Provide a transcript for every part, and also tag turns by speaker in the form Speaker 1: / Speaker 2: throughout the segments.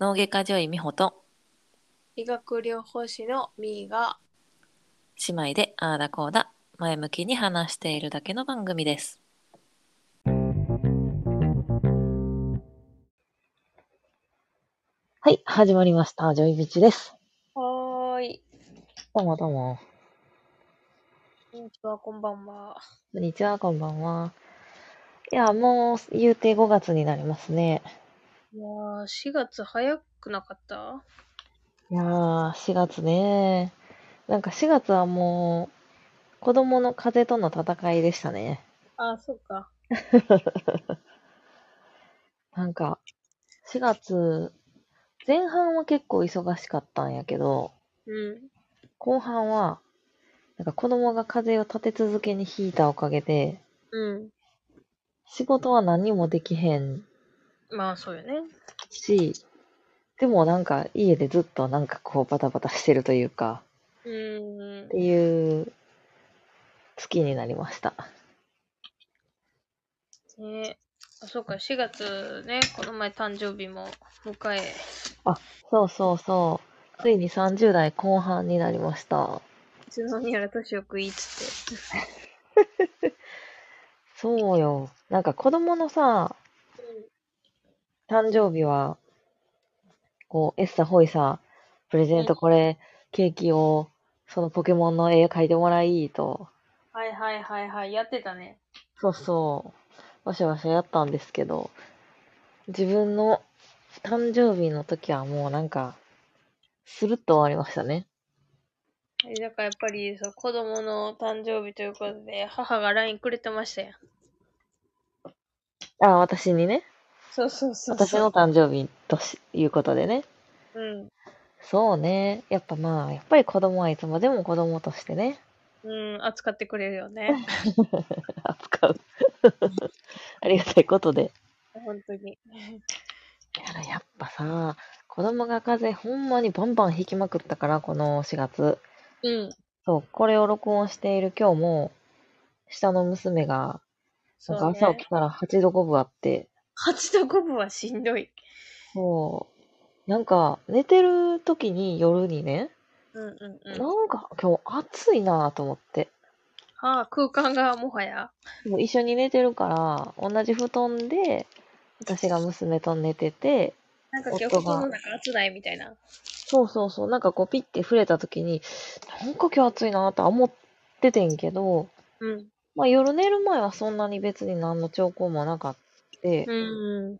Speaker 1: 脳外科女医美穂と
Speaker 2: 医学療法士のみーが
Speaker 1: 姉妹でああだこうだ前向きに話しているだけの番組です。
Speaker 3: はい、始まりました。ジョイビチです。
Speaker 2: はーい
Speaker 3: どうもどうも。
Speaker 2: こんにちはこんばんは
Speaker 3: こんにちは、こんばんは。いや、もう、言うて5月になりますね。
Speaker 2: いやー4月早くなかった
Speaker 3: いやー、4月ね。なんか4月はもう、子供の風との戦いでしたね。
Speaker 2: あそっか
Speaker 3: なんか、4月、前半は結構忙しかったんやけど、
Speaker 2: うん
Speaker 3: 後半は、なんか子供が風邪を立て続けにひいたおかげで、
Speaker 2: う
Speaker 3: 仕事は何もできへん
Speaker 2: んまあそうよね
Speaker 3: し、でもなんか家でずっとなんかこうバタバタしてるというか、
Speaker 2: うーん
Speaker 3: っていう月になりました。
Speaker 2: ねあそうか4月ねこの前誕生日も迎え
Speaker 3: そうそうそう。ついに30代後半になりました。
Speaker 2: いつの間にやら年よくいいっつっ
Speaker 3: そうよ。なんか子供のさ、
Speaker 2: て
Speaker 3: 誕生日は、こう、エッサホイさ、プレゼントこれ、ケーキを、そのポケモンの絵描いてもらいと、
Speaker 2: はいはいはいはいやってたね
Speaker 3: そうそう。わしゃわしゃやったんですけど、自分の誕生日の時はもうなんか、スルッと終わりましたね。
Speaker 2: えだからやっぱりそう子供の誕生日ということで母が LINE くれてましたやん
Speaker 3: あ、私にね。
Speaker 2: そうそうそう
Speaker 3: 私の誕生日としいうことでね。
Speaker 2: うん
Speaker 3: そうね。やっぱまあ、やっぱり子供はいつまでも子供としてね、
Speaker 2: うん、扱ってくれるよね。
Speaker 3: 扱う。 ありがたいことで。
Speaker 2: 本当に。
Speaker 3: だからやっぱさ、子供が風邪ほんまにバンバン引きまくったから、この4月。
Speaker 2: うん。
Speaker 3: そう、これを録音している今日も、下の娘が、
Speaker 2: そ
Speaker 3: なん
Speaker 2: う、
Speaker 3: か
Speaker 2: ね。
Speaker 3: 朝起きたら8度5分あって、
Speaker 2: 8と5分はしんどい。
Speaker 3: そう、なんか寝てる時に夜にね、
Speaker 2: うんうんうん。
Speaker 3: なんか今日暑いなと思って、
Speaker 2: ああ、空間がもはや。
Speaker 3: もう一緒に寝てるから、同じ布団で、私が娘と寝てて、
Speaker 2: なんか今日
Speaker 3: 夫が
Speaker 2: 布団の中暑ないみたいな。
Speaker 3: そうそうそう、なんかこうピッて触れた時に、なんか今日暑いなとは思っててんけど、
Speaker 2: うん。
Speaker 3: まあ夜寝る前はそんなに別に何の兆候もなかった。
Speaker 2: うん。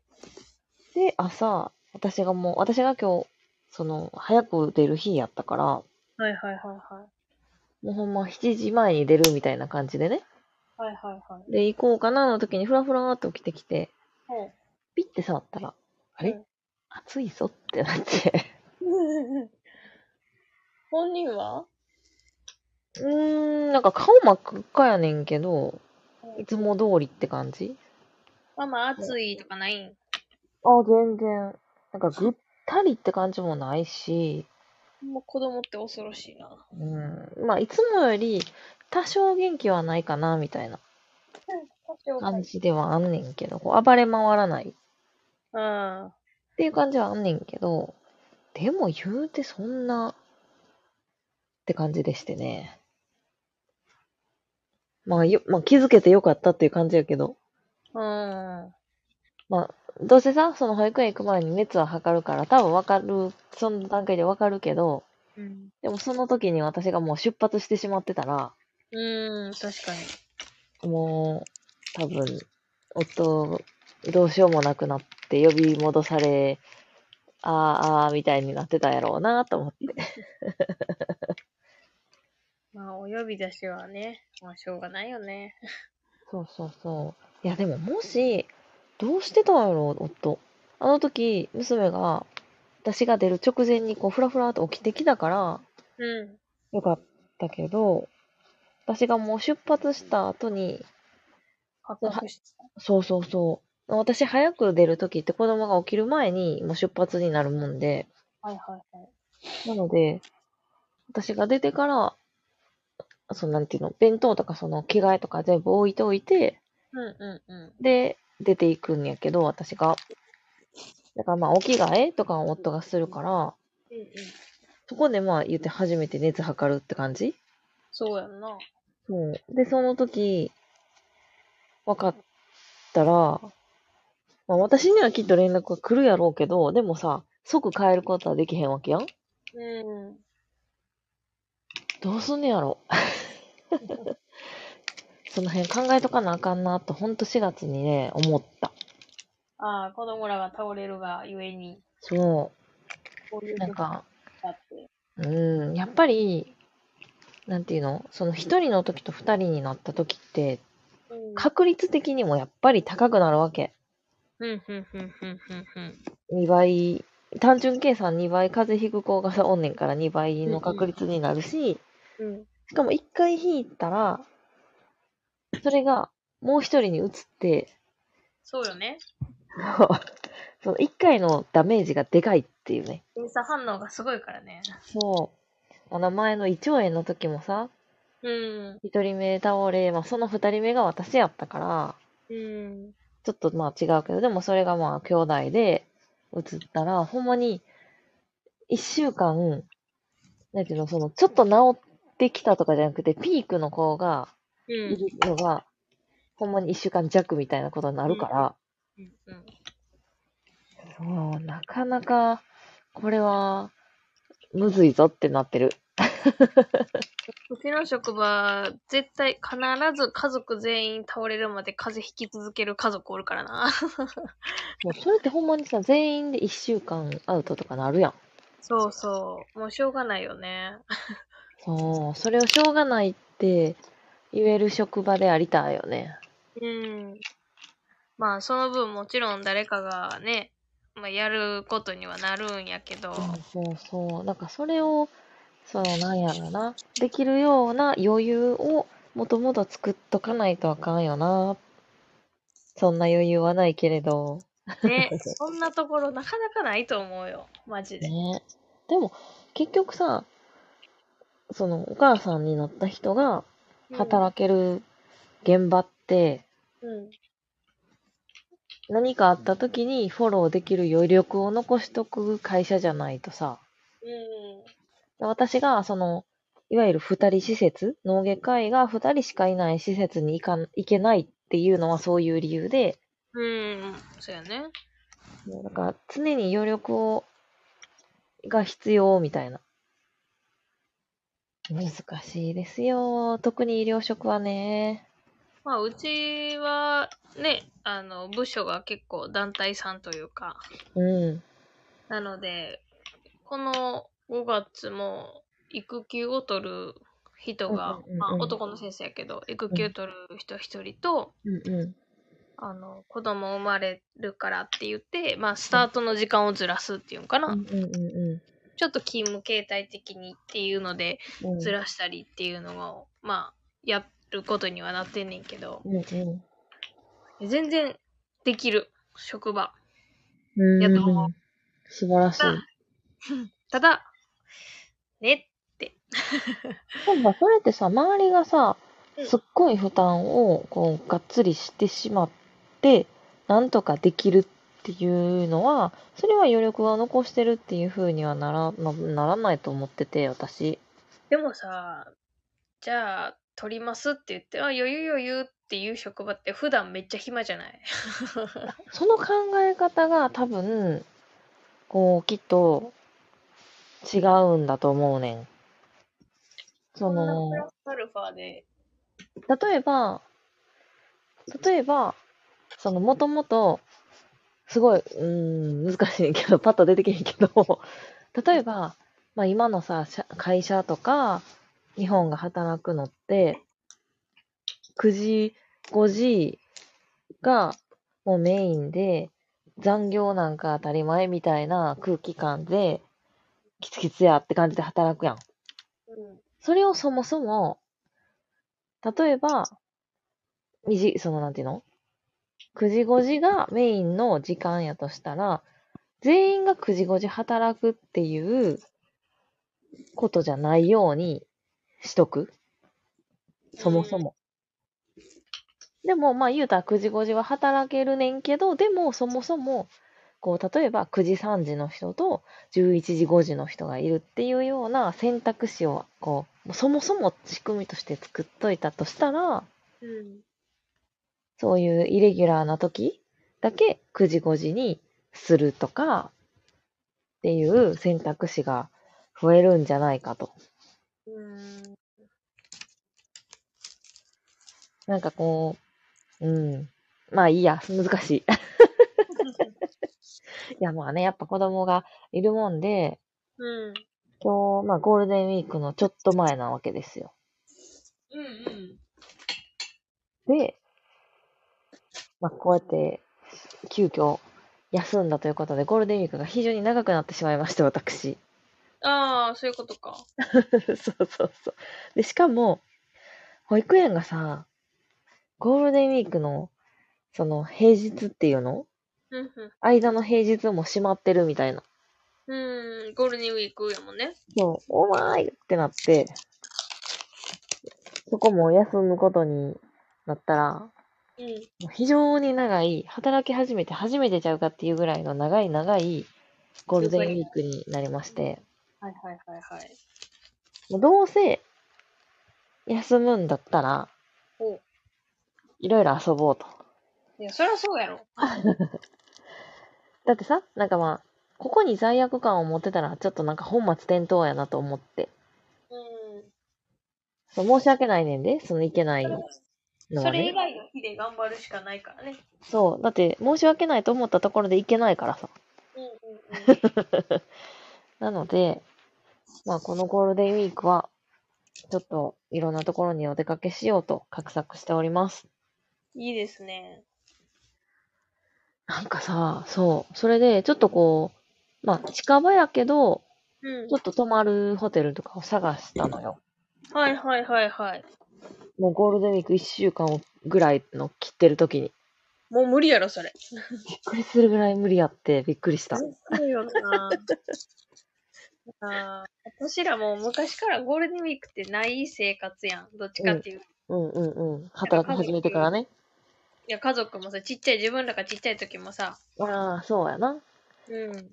Speaker 3: で、朝、私がもう、私が今日、その、早く出る日やったから、
Speaker 2: はいはいはいはい。
Speaker 3: もうほんま7時前に出るみたいな感じでね。
Speaker 2: はいはいはい。
Speaker 3: で、行こうかなの時にフラフラーって起きてきて、
Speaker 2: ほ
Speaker 3: ピッて触ったら、あ
Speaker 2: う
Speaker 3: れ
Speaker 2: ん
Speaker 3: 暑いぞってなって。
Speaker 2: う。 本人は
Speaker 3: うーん、なんか顔真っ赤っかやねんけど、いつも通りって感じ
Speaker 2: ママ暑いとかないん
Speaker 3: あ、全然。なんかぐったりって感じもないし、
Speaker 2: もう子供って恐ろしいな。
Speaker 3: うん、まあいつもより多少元気はないかなみたいな感じではあんねんけど、こう暴れ回らない。
Speaker 2: うん。
Speaker 3: っていう感じはあんねんけど、でも言うてそんな、って感じでしてね。まあよ、まあ気づけてよかったっていう感じやけど、
Speaker 2: うん。
Speaker 3: どうせさ、その保育園行く前に熱は測るから、多分わかる、その段階でわかるけど、
Speaker 2: うん。
Speaker 3: でもその時に私がもう出発してしまってたら、
Speaker 2: うん、確かに。
Speaker 3: もう、多分、夫、どうしようもなくなって呼び戻され、あーあーみたいになってたやろうなと思って。
Speaker 2: まあ、お呼び出しはね、まあ、しょうがないよね。
Speaker 3: そうそうそう。いや、でももし、どうしてたんやろ、夫。あの時、娘が、私が出る直前にこう、ふらふらっと起きてきたから、
Speaker 2: うん。
Speaker 3: よかったけど、私がもう出発した後に、
Speaker 2: 発覚し
Speaker 3: そうそうそう。私早く出る時って子供が起きる前にもう出発になるもんで、
Speaker 2: はいはいはい。
Speaker 3: なので、私が出てから、そのなんていうの、弁当とかその着替えとか全部置いておいて、
Speaker 2: うんうんうん。
Speaker 3: で、出ていくんやけど、私が。だからまあ、お着替えとかを夫がするから、
Speaker 2: うんうん。
Speaker 3: そこでまあ言って初めて熱測るって感じ
Speaker 2: そうやんな。
Speaker 3: そう。で、その時、分かったら、まあ私にはきっと連絡が来るやろうけど、でもさ、即帰ることはできへんわけやん
Speaker 2: うん。
Speaker 3: どうすんねやろ その辺考えとかなあかんなと、ほんと4月にね、思った。
Speaker 2: ああ、子供らが倒れるがゆえに、
Speaker 3: そ。
Speaker 2: こういうう
Speaker 3: な
Speaker 2: こ
Speaker 3: ん
Speaker 2: とが
Speaker 3: か、
Speaker 2: あって。
Speaker 3: うん、やっぱり、なんていうのその一人の時と二人になった時って、
Speaker 2: うん
Speaker 3: 確率的にもやっぱり高くなるわけ。
Speaker 2: うん、うん、うん、うん、うん、うん。
Speaker 3: 2倍、単純計算2倍風邪ひく子がさおんねんから2倍の確率になるし、
Speaker 2: うん。
Speaker 3: しかも1回引いたら、それがもう一人に移って、
Speaker 2: そうよね。
Speaker 3: その1回のダメージがでかいっていうね。
Speaker 2: 連鎖反応がすごいからね。
Speaker 3: そう。お名前の胃腸炎の時もさ、
Speaker 2: うん。
Speaker 3: 1人目倒れ、まあその2人目が私やったから、
Speaker 2: うん。
Speaker 3: ちょっとまあ違うけど、でもそれがまあ兄弟で移ったら、ほんまに一週間、なんていうの、その、ちょっと治ってきたとかじゃなくて、ピークの子が
Speaker 2: う
Speaker 3: い
Speaker 2: ん。
Speaker 3: るのが、ほんまに一週間弱みたいなことになるから、
Speaker 2: うんうん。
Speaker 3: そう、なかなか、これは、むずいぞってなってる。
Speaker 2: うちの職場、絶対必ず家族全員倒れるまで風邪ひき続ける家族おるからな。
Speaker 3: もうそれってほんまにさ、全員で一週間アウトとかなるやん。
Speaker 2: そうそう。もうしょうがないよね。
Speaker 3: そう、それをしょうがないって言える職場でありたいよね。
Speaker 2: うん。まあ、その分もちろん誰かがね、まあ、やることにはなるんやけど。
Speaker 3: そうそう。なんかそれを、そのなんやろな、できるような余裕をもともと作っとかないとあかんよな。そんな余裕はないけれど。
Speaker 2: ね。そんなところなかなかないと思うよ。マジで。
Speaker 3: ね。でも、結局さ、そのお母さんになった人が働ける現場って、
Speaker 2: く。うん。
Speaker 3: 何かあった時にフォローできる余力を残しとく会社じゃないとさ、
Speaker 2: うん。
Speaker 3: 私が、その、いわゆる二人施設、脳外科医が二人しかいない施設に行かん行けないっていうのはそういう理由で、
Speaker 2: うん。そうやね。
Speaker 3: もうなんか常に余力を、が必要みたいな。難しいですよ。特に医療職はね。
Speaker 2: まあ、うちは、ね、あの、部署が結構団体さんというか、
Speaker 3: うん。
Speaker 2: なので、この5月も育休を取る人が、
Speaker 3: うんうんうんうん
Speaker 2: まあ、男の先生やけど、育休取る人一人と、
Speaker 3: うんう
Speaker 2: あの、子供生まれるからって言って、まあ、スタートの時間をずらすっていうんかな。
Speaker 3: ん。うんうんう
Speaker 2: ちょっと勤務形態的にっていうので、
Speaker 3: んうん。
Speaker 2: ずらしたりっていうのを、まあ、やることにはなってんねんけど、
Speaker 3: うんうん。
Speaker 2: 全然できる、職場。
Speaker 3: うん
Speaker 2: やっと
Speaker 3: 素晴らしい。
Speaker 2: ただ、ね、
Speaker 3: なんかそれってさ、周りがさ
Speaker 2: うん、
Speaker 3: すっごい負担をこうがっつりしてしまって、なんとかできるっていうのは、それは余力は残してるっていう風にはならな、ならないと思ってて、私。
Speaker 2: でもさ、じゃあ、取りますって言って、あ、余裕余裕っていう職場って普段めっちゃ暇じゃない
Speaker 3: その考え方が多分、こう、きっと違うんだと思うねん。そ
Speaker 2: んな
Speaker 3: の
Speaker 2: プ、ラスアルファで。
Speaker 3: 例えば、例えば、その、もともと、すごい、うーん、難しいねんけど、パッと出てけへんけど、例えば、まあ今のさ、社会社とか、日本が働くのって、9時、5時がもうメインで、残業なんか当たり前みたいな空気感で、キツキツやって感じで働くやん。
Speaker 2: うん。
Speaker 3: それをそもそも、例えば、2時、そのなんていうの ?9 時5時がメインの時間やとしたら、全員が9時5時働くっていうことじゃないようにしとく。そもそも。でも、まあ、言うたら9時5時は働けるねんけど、でも、そもそも、こう、例えば9時3時の人と11時5時の人がいるっていうような選択肢を、こう、そもそも仕組みとして作っといたとしたら、
Speaker 2: うん。
Speaker 3: そういうイレギュラーな時だけ9時5時にするとかっていう選択肢が増えるんじゃないかと。
Speaker 2: うん。
Speaker 3: なんかこう、うん。まあいいや、難しい。いやまあね、やっぱ子供がいるもんで、
Speaker 2: うん。
Speaker 3: 今日、まあゴールデンウィークのちょっと前なわけですよ。
Speaker 2: うん。
Speaker 3: で、まあこうやって急遽休んだということで、ゴールデンウィークが非常に長くなってしまいまして、私。
Speaker 2: ああ、そういうことか。
Speaker 3: そうそうそう。で、しかも、保育園がさ、ゴールデンウィークの、その、平日っていうの
Speaker 2: うんうん。
Speaker 3: 間の平日も閉まってるみたいな。
Speaker 2: うん、ゴールデンウィークやもんね。
Speaker 3: そう、おまーいってなって、そこも休むことになったら、
Speaker 2: うん。
Speaker 3: もう非常に長い、働き始めて初めてちゃうかっていうぐらいの長い長いゴールデンウィークになりまして、
Speaker 2: はいはいはいはい。
Speaker 3: もうどうせ休むんだったら
Speaker 2: お、
Speaker 3: いろいろ遊ぼうと。
Speaker 2: いや、そりゃそうやろ。
Speaker 3: だってさ、なんかまあ、ここに罪悪感を持ってたら、ちょっとなんか本末転倒やなと思って。
Speaker 2: うん。
Speaker 3: そう申し訳ないねんで、そのいけないの
Speaker 2: そ
Speaker 3: は
Speaker 2: れ以
Speaker 3: ね。
Speaker 2: 外の日で頑張るしかないからね。
Speaker 3: そう、だって申し訳ないと思ったところでいけないからさ。
Speaker 2: うんうん
Speaker 3: なので、まあこのゴールデンウィークは、ちょっといろんなところにお出かけしようと画策しております。
Speaker 2: うん。いいですね。
Speaker 3: なんかさ、そう、それでちょっとこう、まあ近場やけど、
Speaker 2: うん
Speaker 3: ちょ。っと泊まるホテルとかを探したのよ。
Speaker 2: はいはいはいはい。
Speaker 3: もうゴールデンウィーク1週間ぐらいの切ってる時に。
Speaker 2: もう無理やろ、それ。
Speaker 3: びっくりするぐらい無理やってびっくりした。
Speaker 2: そうよな。あー私らもう昔からゴールデンウィークってない生活やん。どっちかっていう。
Speaker 3: うんうんうん。働き始めてからね。
Speaker 2: いや、家族もさ、ちっちゃい、自分らがちっちゃい時もさ、
Speaker 3: ああ、そうやな。
Speaker 2: うん。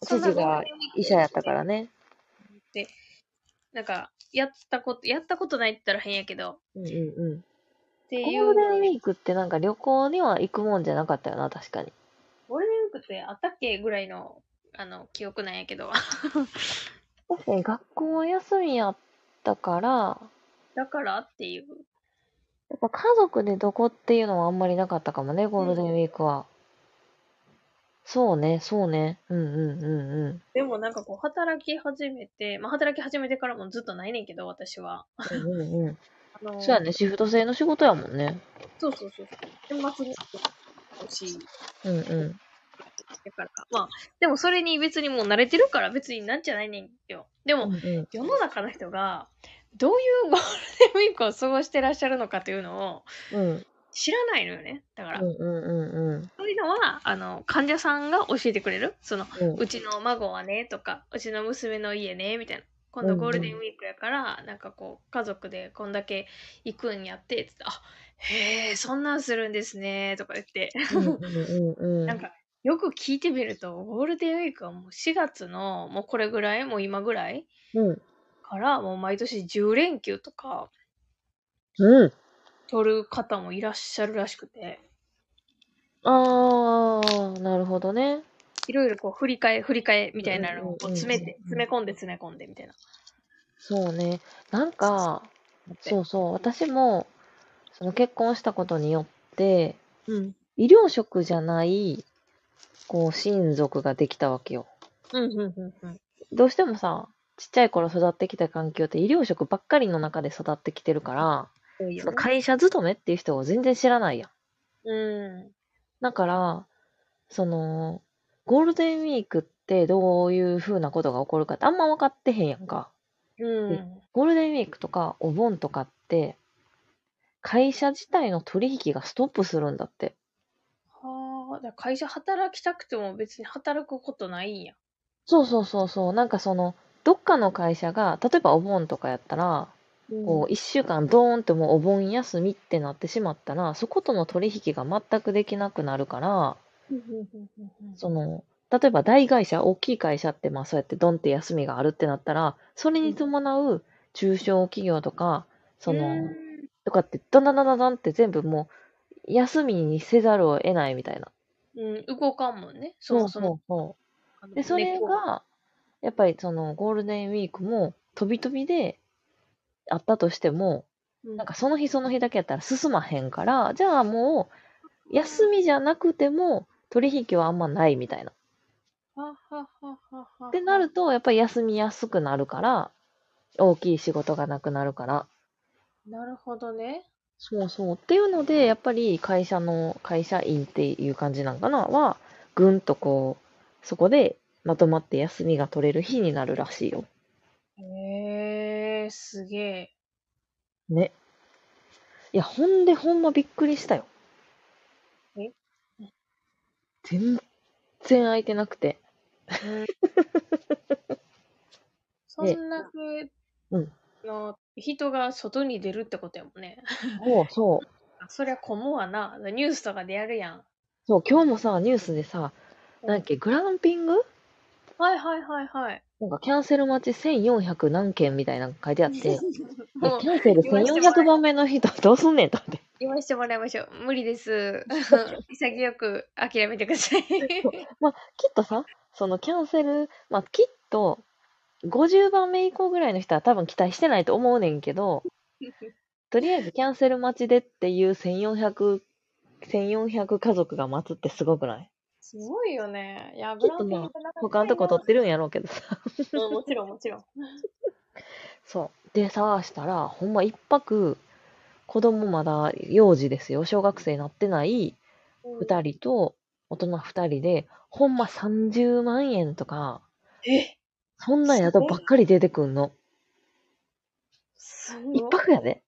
Speaker 3: 父が医者やったからね。
Speaker 2: なんか、やったこと、やったことないって言ったら変やけど、
Speaker 3: うんうんうん。
Speaker 2: ってい
Speaker 3: ゴール
Speaker 2: う。
Speaker 3: デンウィークってなんか旅行には行くもんじゃなかったよな、確かに。
Speaker 2: ゴールデンウィークってあったっけぐらいの、あの、記憶なんやけど。
Speaker 3: 確かに学校は休みやったから、
Speaker 2: だからっていう。
Speaker 3: やっぱ家族でどこっていうのはあんまりなかったかもね、ゴールデンウィークは。そうね、そうね。うんうんうんうん。
Speaker 2: でもなんかこう、働き始めて、まあ、働き始めてからもずっとないねんけど、私は。
Speaker 3: うんうんうん。
Speaker 2: あの ー
Speaker 3: そうやね、シフト制の仕事やもんね。
Speaker 2: そうそうそうそう。年末に欲しい。
Speaker 3: うんうん。
Speaker 2: だから、まあ、でもそれに別にもう慣れてるから別になんじゃないねんよ。でも、
Speaker 3: うんうん
Speaker 2: 世の中の人が、どういうゴールデンウィークを過ごしてらっしゃるのかというのを
Speaker 3: うん
Speaker 2: 知らないのよね。だから、
Speaker 3: うんうんうん。
Speaker 2: そういうのは、あの、患者さんが教えてくれるその、
Speaker 3: うん
Speaker 2: うちの孫はね、とか、うちの娘の家ね、みたいな。今度ゴールデンウィークやから、なんかこう、家族でこんだけ行くんやって、つって、あ、へえ、そんなんするんですね、とか言って。
Speaker 3: うんうん うん
Speaker 2: なんか、よく聞いてみると、ゴールデンウィークはもう4月の、もうこれぐらい、もう今ぐらい
Speaker 3: うん。
Speaker 2: から、もう毎年10連休とか、
Speaker 3: うん。
Speaker 2: 取る方もいらっしゃるらしくて、
Speaker 3: ああ、なるほどね。
Speaker 2: いろいろこう、振り替え、振り替えみたいなのをこ
Speaker 3: うんうん
Speaker 2: う
Speaker 3: うんうん
Speaker 2: 詰めて、詰め込んで詰め込んでみたいな。
Speaker 3: そうね。なんか、
Speaker 2: って
Speaker 3: そうそう、私も、その結婚したことによって、
Speaker 2: うん。
Speaker 3: 医療職じゃない、こう、親族ができたわけよ。
Speaker 2: うん、うん、うん、うん。
Speaker 3: どうしてもさ、ちっちゃい頃育ってきた環境って医療職ばっかりの中で育ってきてるから、
Speaker 2: 多いよ
Speaker 3: その
Speaker 2: ね。
Speaker 3: 会社勤めっていう人を全然知らないやん。
Speaker 2: うん。
Speaker 3: だから、その、ゴールデンウィークってどういう風なことが起こるかってあんま分かってへんやんか。
Speaker 2: うん。
Speaker 3: ゴールデンウィークとかお盆とかって、会社自体の取引がストップするんだって。
Speaker 2: はあ、だから会社働きたくても別に働くことないんや。
Speaker 3: そうそうそうそう。なんかその、どっかの会社が、例えばお盆とかやったら、こう1週間ドーンともうお盆休みってなってしまったらそことの取引が全くできなくなるから
Speaker 2: うんうんうんうんうん
Speaker 3: その例えば大会社大きい会社ってまあそうやってドンって休みがあるってなったらそれに伴う中小企業とかその、
Speaker 2: うん
Speaker 3: とかってどんどんどんどんどんって全部もう休みにせざるを得ないみたいな。
Speaker 2: うん、動かんもんね。そもそも。
Speaker 3: そうそう
Speaker 2: あの
Speaker 3: で、それ
Speaker 2: 猫
Speaker 3: が、やっぱりそのゴールデンウィークも、飛び飛びであったとしても、
Speaker 2: うん
Speaker 3: なんかその日その日だけやったら進まへんから、じゃあもう、休みじゃなくても、取引はあんまないみたいな。
Speaker 2: ははははは
Speaker 3: ってなると、やっぱり休みやすくなるから、大きい仕事がなくなるから。
Speaker 2: なるほどね。
Speaker 3: そうそう。っていうので、やっぱり会社の、会社員っていう感じなんかな、は、ぐんとこう、そこでまとまって休みが取れる日になるらしいよ。
Speaker 2: へえー、すげえ。
Speaker 3: ね。いや、ほんでほんまびっくりしたよ。
Speaker 2: え
Speaker 3: 全然空いてなくて。
Speaker 2: そんだけ
Speaker 3: うん
Speaker 2: の人が外に出るってことやもんね。
Speaker 3: もうそう。
Speaker 2: そりゃこもわな。ニュースとかでやるやん。
Speaker 3: そう、今日もさ、ニュースでさ、なんだっけ、グランピング
Speaker 2: はいはいはい はい。
Speaker 3: なんかキャンセル待ち1400何件みたいなの書いてあって、いや
Speaker 2: もう
Speaker 3: キャンセル1400番目の人どうすんねんと思って。
Speaker 2: 言わしてもらいましょう。無理 です。潔く諦めてください。
Speaker 3: まあ、きっとさ、そのキャンセル、まあ、きっと、50番目以降ぐらいの人は多分期待してないと思うねんけど、とりあえずキャンセル待ちでっていう1400、1400家族が待つってすごくない
Speaker 2: すごいよね。いや、
Speaker 3: ちょっとまあ他のとこ取ってるんやろうけどさ。
Speaker 2: る。もちろんもちろん。
Speaker 3: そう。で、探したら、ほんま一泊、子供まだ幼児ですよ。小学生になってない
Speaker 2: 二
Speaker 3: 2人と、大人2人で、ほんま30万円とか、
Speaker 2: え
Speaker 3: そんな宿ばっかり出てくんの。
Speaker 2: す
Speaker 3: 一
Speaker 2: ごい。
Speaker 3: 泊やで。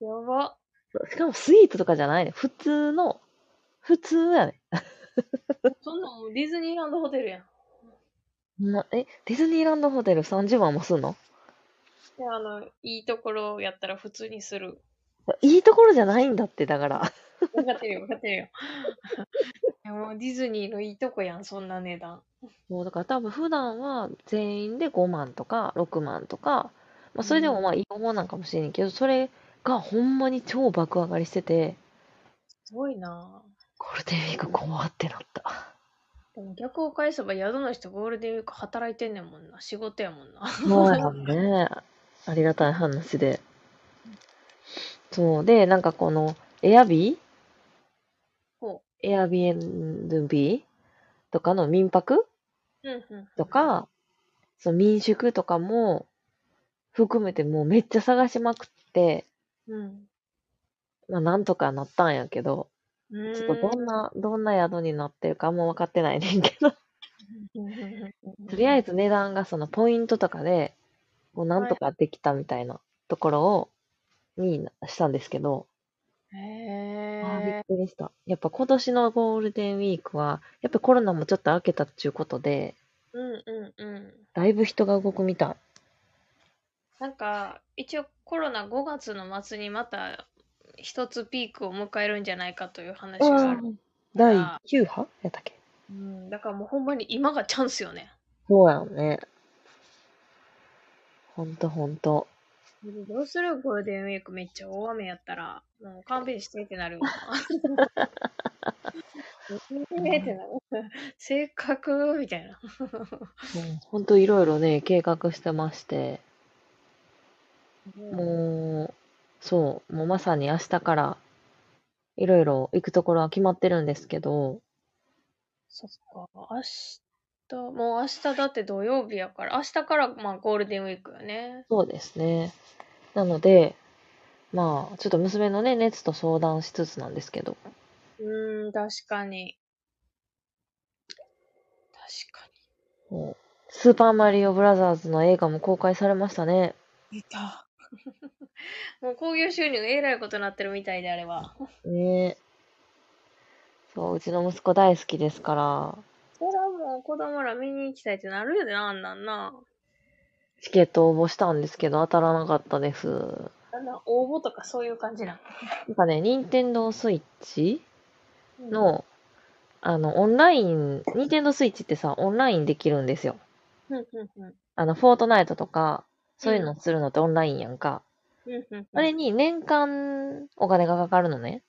Speaker 2: やば。
Speaker 3: しかもスイーツとかじゃないね。普通の、普通やね。
Speaker 2: そんなんもうディズニーランドホテルやん。
Speaker 3: なえ、ディズニーランドホテル30万もすんの
Speaker 2: で、あの、いいところやったら普通にする。
Speaker 3: いいところじゃないんだって、だから。
Speaker 2: 分かってるよ、分かってるよ。でもディズニーのいいとこやん、そんな値段。
Speaker 3: もうだから多分普段は全員で5万とか6万とか、まあそれで
Speaker 2: う
Speaker 3: も
Speaker 2: ん
Speaker 3: まあいい方なんかもしれんけど、それがほんまに超爆上がりしてて、
Speaker 2: すごいなぁ
Speaker 3: ゴールデンウィーク怖ってなった。
Speaker 2: でも逆を返せば宿の人ゴールデンウィーク働いてんねんもんな。仕事やもんな。
Speaker 3: そうやんね。ありがたい話で。そう。で、なんかこの、エアビー
Speaker 2: こ
Speaker 3: エアビエンビーとかの民泊
Speaker 2: う。うんうん。
Speaker 3: とか、その民宿とかも含めてもうめっちゃ探しまくって、
Speaker 2: うん。
Speaker 3: まあなんとかなったんやけど、
Speaker 2: う
Speaker 3: ち
Speaker 2: ー
Speaker 3: ょっとどんな、どんな宿になってるかあんま分かってないねんけど、
Speaker 2: ん。
Speaker 3: とりあえ
Speaker 2: ず。
Speaker 3: ず値段がそのポイントとかで、もうなんとかできたみたいなところを、にしたんですけど、
Speaker 2: へ
Speaker 3: あーびっ
Speaker 2: え。
Speaker 3: くりした。やっぱ今年のゴールデンウィークは、やっぱコロナもちょっと明けたっちゅうことで、
Speaker 2: うんうんうん。
Speaker 3: だいぶ人が動くみたい。
Speaker 2: なんか、一応コロナ5月の末にまた一つピークを迎えるんじゃないかという話がある。
Speaker 3: 第
Speaker 2: あ
Speaker 3: 9波やったっけ
Speaker 2: うん、だからもうほんまに今がチャンスよね。
Speaker 3: そうやんね。ほんとほんと。
Speaker 2: どうするゴールデンウィークめっちゃ大雨やったら、もう勘弁してってなる よ な。えってなる。 性格みたいな。
Speaker 3: うんほんといろいろね、計画してまして、もう、そう、もうまさに明日から、いろいろ行くところは決まってるんですけど、
Speaker 2: そっか、明日、もう明日だって土曜日やから、明日からまあゴールデンウィークよね。
Speaker 3: そうですね。なので、まあ、ちょっと娘のね、熱と相談しつつなんですけど、
Speaker 2: うーん、確かに。確か
Speaker 3: もうスーパーマリオブラザーズの映画も公開されましたね。
Speaker 2: に。出た。 もう興行収入がえらいことになってるみたいであれば。
Speaker 3: ねえ。そう、うちの息子大好きですから、
Speaker 2: そらもう子供ら見に行きたいってなるよね、あんなんな。
Speaker 3: チケット応募したんですけど、当たらなかったです。
Speaker 2: だんだん応募とかそういう感じな
Speaker 3: なんかね、任天堂スイッチ
Speaker 2: の。
Speaker 3: の、あの、オンライン、任天堂スイッチってさ、オンラインできるんですよ。
Speaker 2: うんうんうん。
Speaker 3: あの、フォートナイトとか、そういうのするのってオンラインやんか。
Speaker 2: うんうんうん
Speaker 3: あれに年間お金がかかるのね。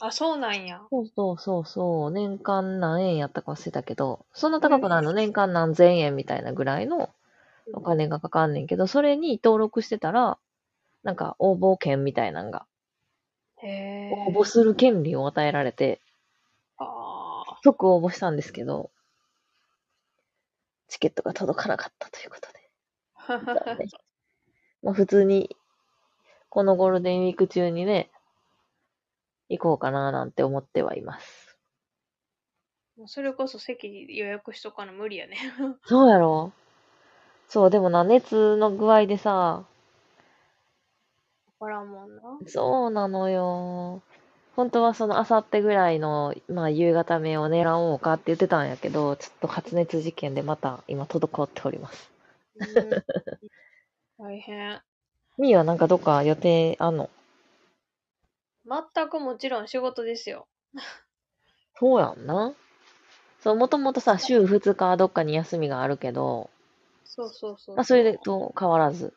Speaker 2: あ、そうなんや。
Speaker 3: そうそうそうそう。年間何円やったか忘れたけど、そんな高くないの年間何千円みたいなぐらいのお金がかかんねんけど、それに登録してたら、なんか応募券みたいなんが、
Speaker 2: へー
Speaker 3: 応募する権利を与えられて、
Speaker 2: あー
Speaker 3: 即応募したんですけど、チケットが届かなかったということで。残 念まあ普通に、このゴールデンウィーク中にね、行こうかななんて思ってはいます。
Speaker 2: もうそれこそ席予約しとかの無理やね。
Speaker 3: そうやろそう、でもな、熱の具合でさ、
Speaker 2: わからんもんな。
Speaker 3: そうなのよ。本当はそのあさってぐらいの、まあ、夕方目を狙おうかって言ってたんやけど、ちょっと発熱事件でまた今滞っております。
Speaker 2: うん大変。
Speaker 3: みーはなんかどっか予定あんの
Speaker 2: 全くもちろん仕事ですよ。
Speaker 3: そうやんな。そう、もともとさ、週2日どっかに休みがあるけど、
Speaker 2: そうそうそうそう。
Speaker 3: まあ、それでと変わらず。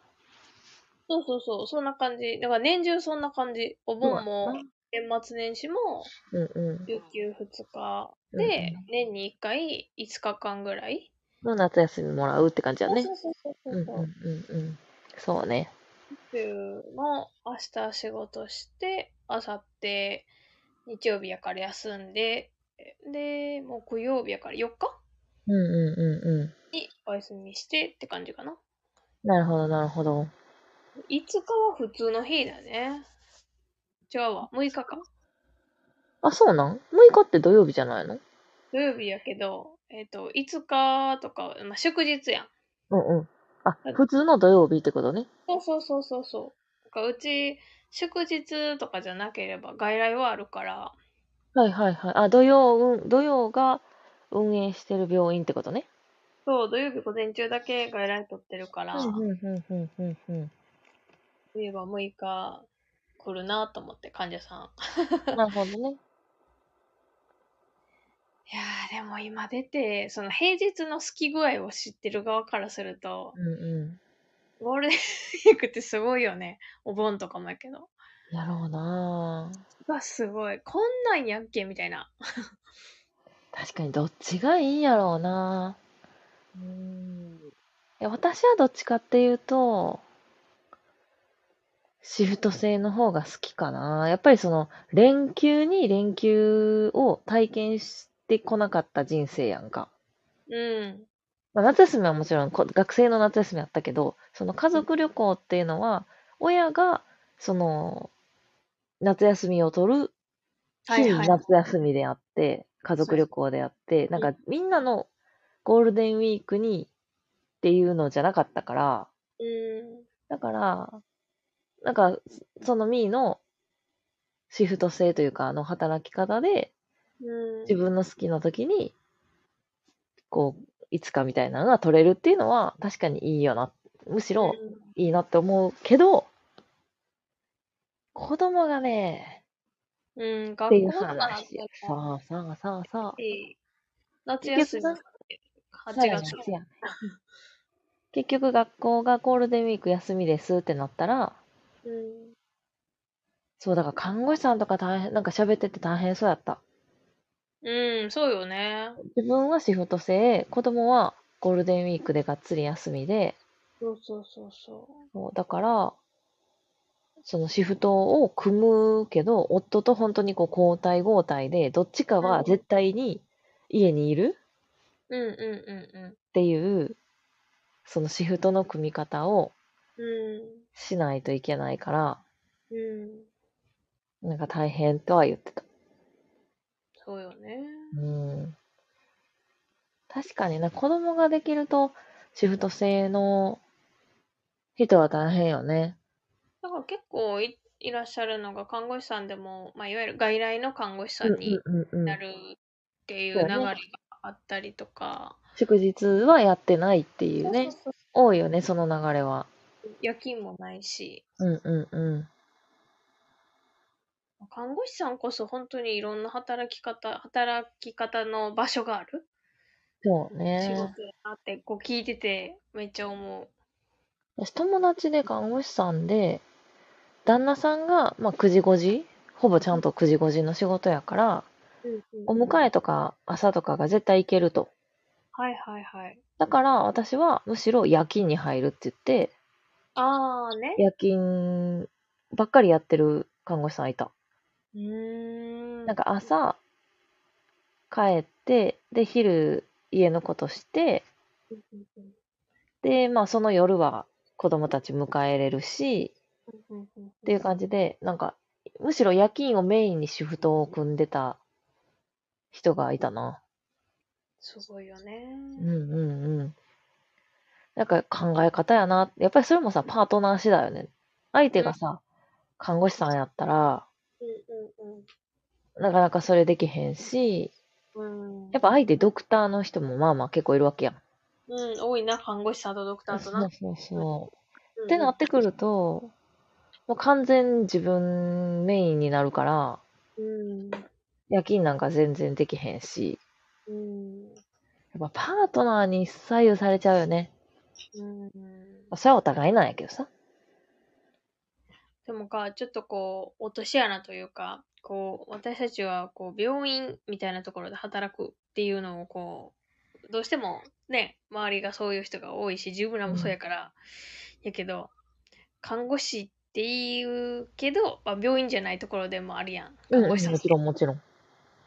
Speaker 2: そうそうそう。そんな感じ。だから年中そんな感じ。お盆も、年末年始も、
Speaker 3: うんうん。
Speaker 2: 有給2日
Speaker 3: うんう
Speaker 2: で
Speaker 3: ん、
Speaker 2: 年に1回5日間ぐらい。
Speaker 3: の夏休みもらうって感じやね。
Speaker 2: そうそうそう
Speaker 3: うんう
Speaker 2: そうんそう。
Speaker 3: うんうん。そうね。
Speaker 2: 週の明日仕事して、明後日日曜日やから休んで、で、木曜日やから4日
Speaker 3: うんうんうんう
Speaker 2: にお休みしてって感じかな。
Speaker 3: ん。なるほど、なるほど。
Speaker 2: 5日は普通の日だね。違うわ、6日か。
Speaker 3: あ、そうなん ?6 日って土曜日じゃないの
Speaker 2: 土曜日やけど、えっ、と、5日とか、まあ、祝日やん。
Speaker 3: うんうん。あ
Speaker 2: うん、
Speaker 3: 普通の土曜日ってことね。
Speaker 2: そうそうそうそうそう。だからうち、祝日とかじゃなければ外来はあるから、
Speaker 3: はいはいはい。あ、土曜、うん、土曜が運営してる病院ってことね。
Speaker 2: そう、土曜日午前中だけ外来取ってるから、
Speaker 3: んうんうんうん
Speaker 2: そういえば6日来るなと思って患者さん。
Speaker 3: うん。 なるほどね。
Speaker 2: いやーでも今出て、その平日の好き具合を知ってる側からすると、
Speaker 3: うんう
Speaker 2: ゴールデンウィークってすごいよね。お盆とかもやけど。
Speaker 3: ん。やろうなぁ
Speaker 2: うわ、すごい。こんなんやっけみたいな。
Speaker 3: 確かにどっちがいいんやろうな
Speaker 2: うん。
Speaker 3: ぁいや私はどっちかっていうと、シフト制の方が好きかなぁやっぱりその、連休に連休を体験してこなかった人生やんか。
Speaker 2: うん。
Speaker 3: まあ、夏休みはもちろんこ学生の夏休みあったけどその家族旅行っていうのは親がその夏休みを取る
Speaker 2: はいはい
Speaker 3: 非夏休みであって、家族旅行であってなんかみんなのゴールデンウィークにっていうのじゃなかったから
Speaker 2: うん。
Speaker 3: だからなんかそのミーのシフト制というかあの働き方で
Speaker 2: うん。
Speaker 3: 自分の好きな時に、こう、いつかみたいなのが取れるっていうのは確かにいいよな。むしろ
Speaker 2: うん
Speaker 3: いいなって思うけど、子供がね、
Speaker 2: うん、
Speaker 3: っ
Speaker 2: 学
Speaker 3: ていう
Speaker 2: 校とかなっ
Speaker 3: 話
Speaker 2: て
Speaker 3: や。さあさあさあさあ。
Speaker 2: 夏休み。
Speaker 3: 結
Speaker 2: 8
Speaker 3: 局
Speaker 2: 月。
Speaker 3: そうやね結局学校がゴールデンウィーク休みですってなったら、
Speaker 2: うん。
Speaker 3: そうだから看護師さんとか大変、なんか喋ってて大変そうやった。
Speaker 2: うん、そうよね。
Speaker 3: 自分はシフト制、子供はゴールデンウィークでがっつり休みで、
Speaker 2: そうそうそうそう。
Speaker 3: そう、だから、そのシフトを組むけど、夫と本当にこう交代交代で、どっちか
Speaker 2: うん
Speaker 3: は絶対に家にいる
Speaker 2: うんうんうんう
Speaker 3: っていう、そのシフトの組み方を
Speaker 2: ん。うん。
Speaker 3: しないといけないから、
Speaker 2: うん。
Speaker 3: なんか大変とは言ってた。
Speaker 2: そうよね。
Speaker 3: うん。確かにな、子供ができると、シフト制の人は大変よね。
Speaker 2: だから結構いいらっしゃるのが看護師さんでも、まあ、いわゆる外来の看護師さんに
Speaker 3: うんうんうんう。
Speaker 2: なんるっていう
Speaker 3: そう
Speaker 2: 流
Speaker 3: ね
Speaker 2: れがあったりとか。
Speaker 3: 祝日はやってないっていうね。
Speaker 2: そうそう
Speaker 3: 多いよね、その流れは。
Speaker 2: 夜勤もないし、
Speaker 3: うんうんうん。
Speaker 2: 看護師さんこそ本当にいろんな働き方、働き方の場所がある
Speaker 3: そう
Speaker 2: 仕事だ
Speaker 3: ね。
Speaker 2: なって、こう聞いててめっちゃ思う。
Speaker 3: 私、友達で看護師さんで、旦那さんが、まあ、9時5時、ほぼちゃんと9時5時の仕事やから、お迎
Speaker 2: え
Speaker 3: えとか朝とかが絶対行けると。
Speaker 2: はいはいはい。
Speaker 3: だから私はむしろ夜勤に入るって言って、
Speaker 2: ああね。
Speaker 3: 夜勤ばっかりやってる看護師さんいた。
Speaker 2: うーん。
Speaker 3: なんか朝帰って、で、昼家のことして、
Speaker 2: うんうんうん
Speaker 3: で、まあその夜は子供たち迎えれるし、
Speaker 2: うんうんうん
Speaker 3: っていう感じで、なんか、むしろ夜勤をメインにシフトを組んでた人がいたな。
Speaker 2: すごいよね。
Speaker 3: うんうんうん。なんか考え方やな。やっぱりそれもさ、パートナー次第よね。相手がさ、看護師さんやったら、
Speaker 2: うん
Speaker 3: なかなかそれできへんし、
Speaker 2: うんうん。
Speaker 3: やっぱ相手ドクターの人もまあまあ結構いるわけやん。
Speaker 2: うん、多いな、看護師さんとドクターと
Speaker 3: そ
Speaker 2: な。
Speaker 3: う
Speaker 2: う
Speaker 3: そうそう。
Speaker 2: んうん
Speaker 3: ってなってくると、もう完全自分メインになるから、
Speaker 2: うん。
Speaker 3: 夜勤なんか全然できへんし、
Speaker 2: うん。
Speaker 3: やっぱパートナーに左右されちゃうよね。
Speaker 2: うん。
Speaker 3: まあそれはお互いなんやけどさ。
Speaker 2: でもか、ちょっとこう、落とし穴というか、こう、私たちは、こう、病院みたいなところで働くっていうのを、こう、どうしても、ね、周りがそういう人が多いし、自分らもそうやから、やけど、看護師っていうけど、まあ、病院じゃないところでもあるやん。看護
Speaker 3: も
Speaker 2: 師さんっ
Speaker 3: ち
Speaker 2: て
Speaker 3: ろんもちろん。
Speaker 2: っ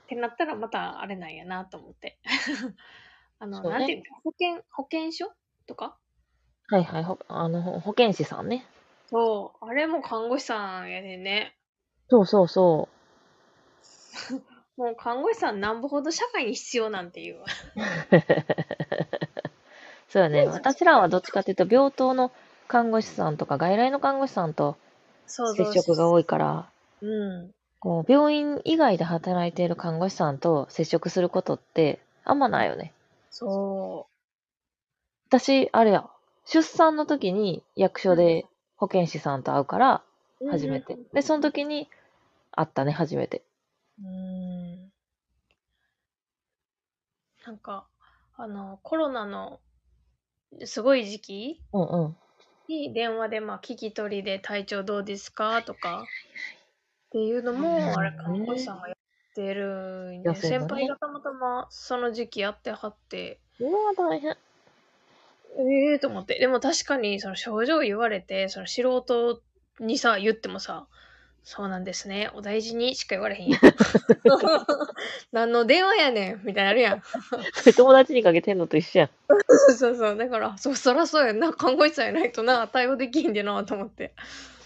Speaker 2: てなったらまたあれなんやなと思って。 あの、
Speaker 3: そうね
Speaker 2: なんていうの保険、保険証とか
Speaker 3: はいはい、ほあの、ほ保健師さんね。
Speaker 2: そう。あれも看護師さんやねんね。
Speaker 3: そうそうそ
Speaker 2: もう看護師さんなんぼほど社会に必要なんていう。
Speaker 3: う。そうやね。私らはどっちかっていうと、病棟の看護師さんとか、外来の看護師さんと
Speaker 2: そう
Speaker 3: 接触が
Speaker 2: い。
Speaker 3: 多いから、
Speaker 2: うん。
Speaker 3: こう病院以外で働いている看護師さんと接触することってあんまないよね。
Speaker 2: そ
Speaker 3: 私、あれや、出産の時に役所で保健師さんと会うから、
Speaker 2: う。
Speaker 3: 初めて。で、その時に会ったね、初めて。
Speaker 2: うん。なんか、あの、コロナのすごい時期
Speaker 3: うんうん。
Speaker 2: に電話でまあ聞き取りで体調どうですかとかっていうのも
Speaker 3: はいはい
Speaker 2: あれ看護師さんがやってるんで、
Speaker 3: やそうだね
Speaker 2: 先輩がたまたまその時期やってはって
Speaker 3: うわ、大変。
Speaker 2: ええー、と思ってでも確かにその症状言われてその素人にさ言ってもさそうなんですねお大事にしか言われへん やん何の電話やねんみたいなのあるやん
Speaker 3: それ 友達にかけてんのと一緒やん。
Speaker 2: そうそうそうだからそそらそうやんな看護師さんやないとな対応できひんでなと思って